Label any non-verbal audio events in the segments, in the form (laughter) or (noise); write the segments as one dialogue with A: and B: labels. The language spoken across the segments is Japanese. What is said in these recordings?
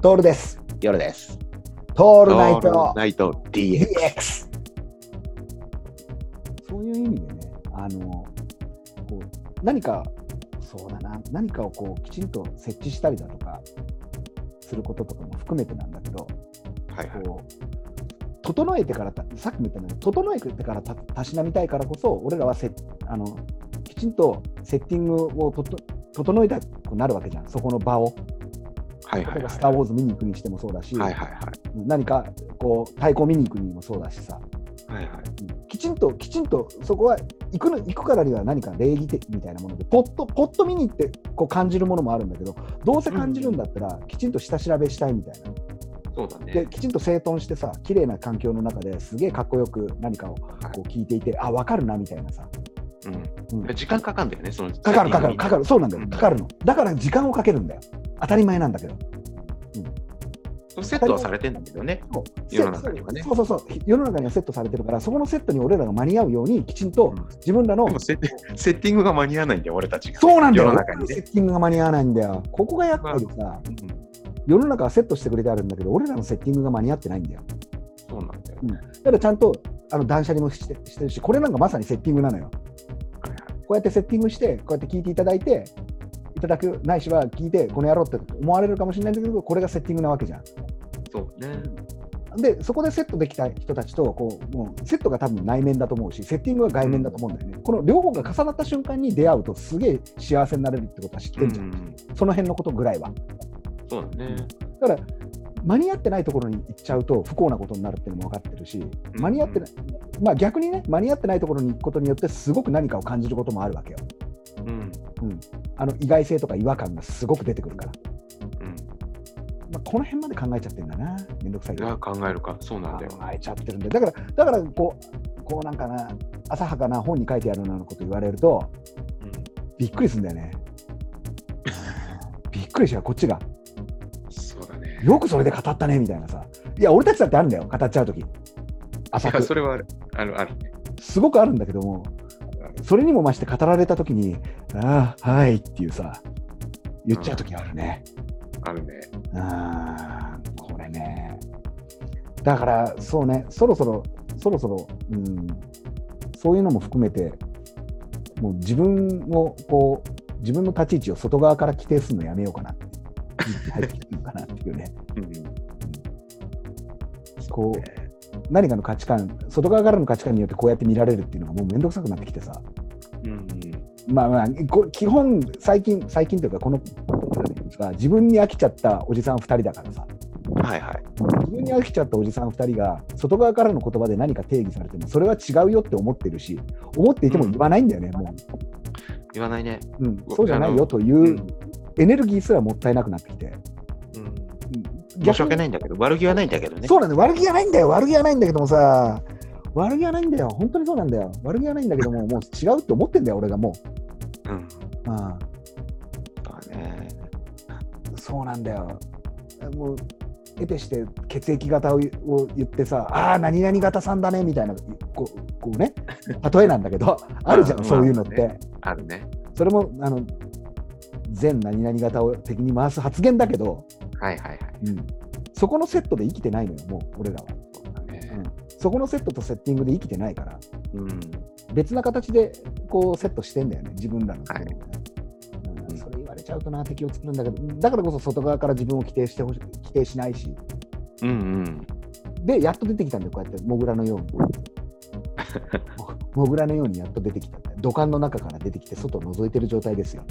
A: トールです。
B: 夜です。
A: ト
B: オ
A: ールナイト
B: ナイト DX。
A: DX。そういう意味でね、あの、こう何か、そうだな、何かをこうきちんと設置したりだとか、することとかも含めてなんだけど、
B: はいはい。
A: こう整えてからたさっきも言ったように整えてからたたしなみたいからこそ俺らはせあのきちんとセッティングをとと整えたくなるわけじゃんそこの場を
B: はい
A: 例
B: は
A: え
B: い
A: ば「
B: は
A: スター・ウォーズ」見に行くにしてもそうだし、
B: い。はいはいはい。
A: 何かこう太鼓見に行くにもそうだしさ、
B: はいはい。
A: うんきちんときちんとそこは行くの行くからには何か礼儀的みたいなものでポッとポッと見に行ってこう感じるものもあるんだけどどうせ感じるんだったら、きちんと下調べしたいみたいな
B: そうだ
A: で
B: ね。
A: きちんと整頓してさ綺麗な環境の中ですげえかっこよく何かをこう聞いていて、あ分かるなみたいなさ、う
B: うんん。時間かかるんだよね、その。
A: かかるかかるかか
B: る。
A: るそうなんだ
B: う
A: よ
B: ん
A: かかるのだから時間をかけるんだよ当たり前なんだけど
B: セットはされてんだけどね。
A: そう
B: 世の中にはね
A: そうそうそう世の中にはセットされてるからそこのセットに俺らが間に合うようにきちんと
B: うん
A: 自分らの、
B: でもセッティングセッティングが間に合わないんだよ、俺たちが。
A: そうなんだよ
B: 世の中に
A: セ
B: ね。
A: ッティングが間に合わないんだよここがやっぱりさ、
B: うん
A: 世の中はセットしてくれてあるんだけど俺らのセッティングが間に合ってないんだよ
B: そうなんだよ。
A: だからちゃんとあの断捨離もしてしてるしこれなんかまさにセッティングなのよ
B: はいはい
A: こうやってセッティングして、こうやって聞いていただいて、いただくないしは聞いて、この野郎って思われるかもしれないんだけど、これがセッティングなわけじゃん。
B: そうね。
A: で、そこでセットできた人たちとこう、もうセットが多分内面だと思うし、セッティングは外面だと思うんだよね。この両方が重なった瞬間に出会うと、すげえ幸せになれるってことは知って
B: うん
A: じゃん、
B: ん。
A: その辺のことぐらいは。
B: そうだね。
A: だから間に合ってないところに行っちゃうと不幸なことになるっていうのも分かってるし、間に合ってない、まあ逆にね、間に合ってないところに行くことによって、すごく何かを感じることもあるわけよ。
B: うん。
A: あの意外性とか違和感がすごく出てくるから。
B: う
A: ま
B: ん。
A: あ、この辺まで考えちゃってるんだな、めんどくさい
B: い
A: けど
B: や、考えるか。そうなんだよ。
A: 考えちゃってるんで、だから、だからこう、こうなんかな、浅はかな本に書いてあるようなこと言われると、
B: うん
A: びっくりするんだ (laughs) よね。びっくりしちゃう、こっちが。
B: そうだね。
A: よくそれで語ったねみたいなさ。いや、俺たちだってあるんだよ、語っちゃうとき。
B: い
A: 浅
B: や、そ
A: く。
B: れはある。ある、あるね。
A: すごくあるんだけども、それにも増して語られたときに、ああ、はいっていうさ、言っちゃうときあるね。
B: あるね。
A: あーこれね。だから、そうね、そろそろ、そろそろ、うん、そういうのも含めて、もう自分を、こう、自分の立ち位置を外側から規定するのやめようかなって、入ってきてるのかなっていうね、
B: うん。
A: こう、何かの価値観、外側からの価値観によってこうやって見られるっていうのがもうめんどくさくなってきてさ、
B: うん。
A: まあまあ、こ基本、最近、最近というか、この、自分に飽きちゃったおじさん2人だからさ、
B: はいはい。
A: 自分に飽きちゃったおじさん2人が外側からの言葉で何か定義されてもそれは違うよって思ってるし思っていても言わないんだよね、も
B: 言わないね。
A: う、うん
B: うん
A: そうじゃないよといううエネルギーすらもったいなくなってきて、
B: うん
A: うん
B: 申し訳
A: 逆に
B: ないんだけど、悪気はないんだけどね。
A: そうなんだよ悪気はないんだよ悪気はないんだけどもさ悪気はないんだよ本当にそうなんだよ悪気はないんだけどももう違うって思ってんだよ俺がも
B: うん。
A: う、うん、
B: だね。
A: そうなんだよ。もう得てして血液型をを言ってさ、ああ、何々型さんだねみたいな、こうこうね、例えなんだけ (laughs) ど、あるじゃ、
B: うんん
A: そういうのっ
B: まあ
A: て。
B: あるね。
A: それもあの全何々型を敵に回す発言だけど、
B: はいはいはい。
A: うんそこのセットで生きてないのよ、もう俺らは。
B: そうだね。
A: そこのセットとセッティングで生きてないから、
B: うん。
A: 別な形でこうセットしてんだよね、自分らの。
B: はい
A: うん
B: うん
A: それ言われちゃうとな、敵を作るんだけど、だからこそ外側から自分を規定してほし規定しないし。
B: うんうん。
A: で、やっと出てきたんだよ、こうやって、モグラのよう
B: (laughs)
A: に。モグラのようにやっと出てきたんだよ。土管の中から出てきて、外を覗いてる状態ですよ。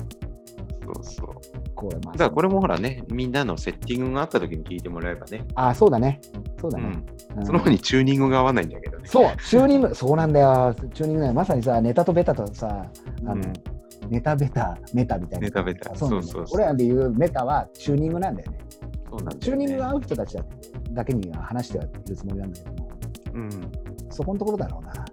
B: そうそう。
A: こうまあ、
B: だからこれもほらね、みんなのセッティングがあった時に聞いてもらえばね。
A: あそうだね。そうだ
B: う
A: ね。
B: ん。
A: うん
B: その子にチューニングが合わないんだけどね。
A: そう、チューニング、そうなんだよ。チューニングだよ。まさにさ、ネタとベタとさ、あの、
B: うん
A: ネタベタ、メタみたいな。
B: ネタベタ
A: そうなんだよ
B: そうそうそう
A: 俺らで言うメタはチューニングなんだよね。
B: そうなんだよね。
A: チューニングが合う人たちだだけには話してはいるつもりなんだけども、
B: うん。
A: そこのところだろうな。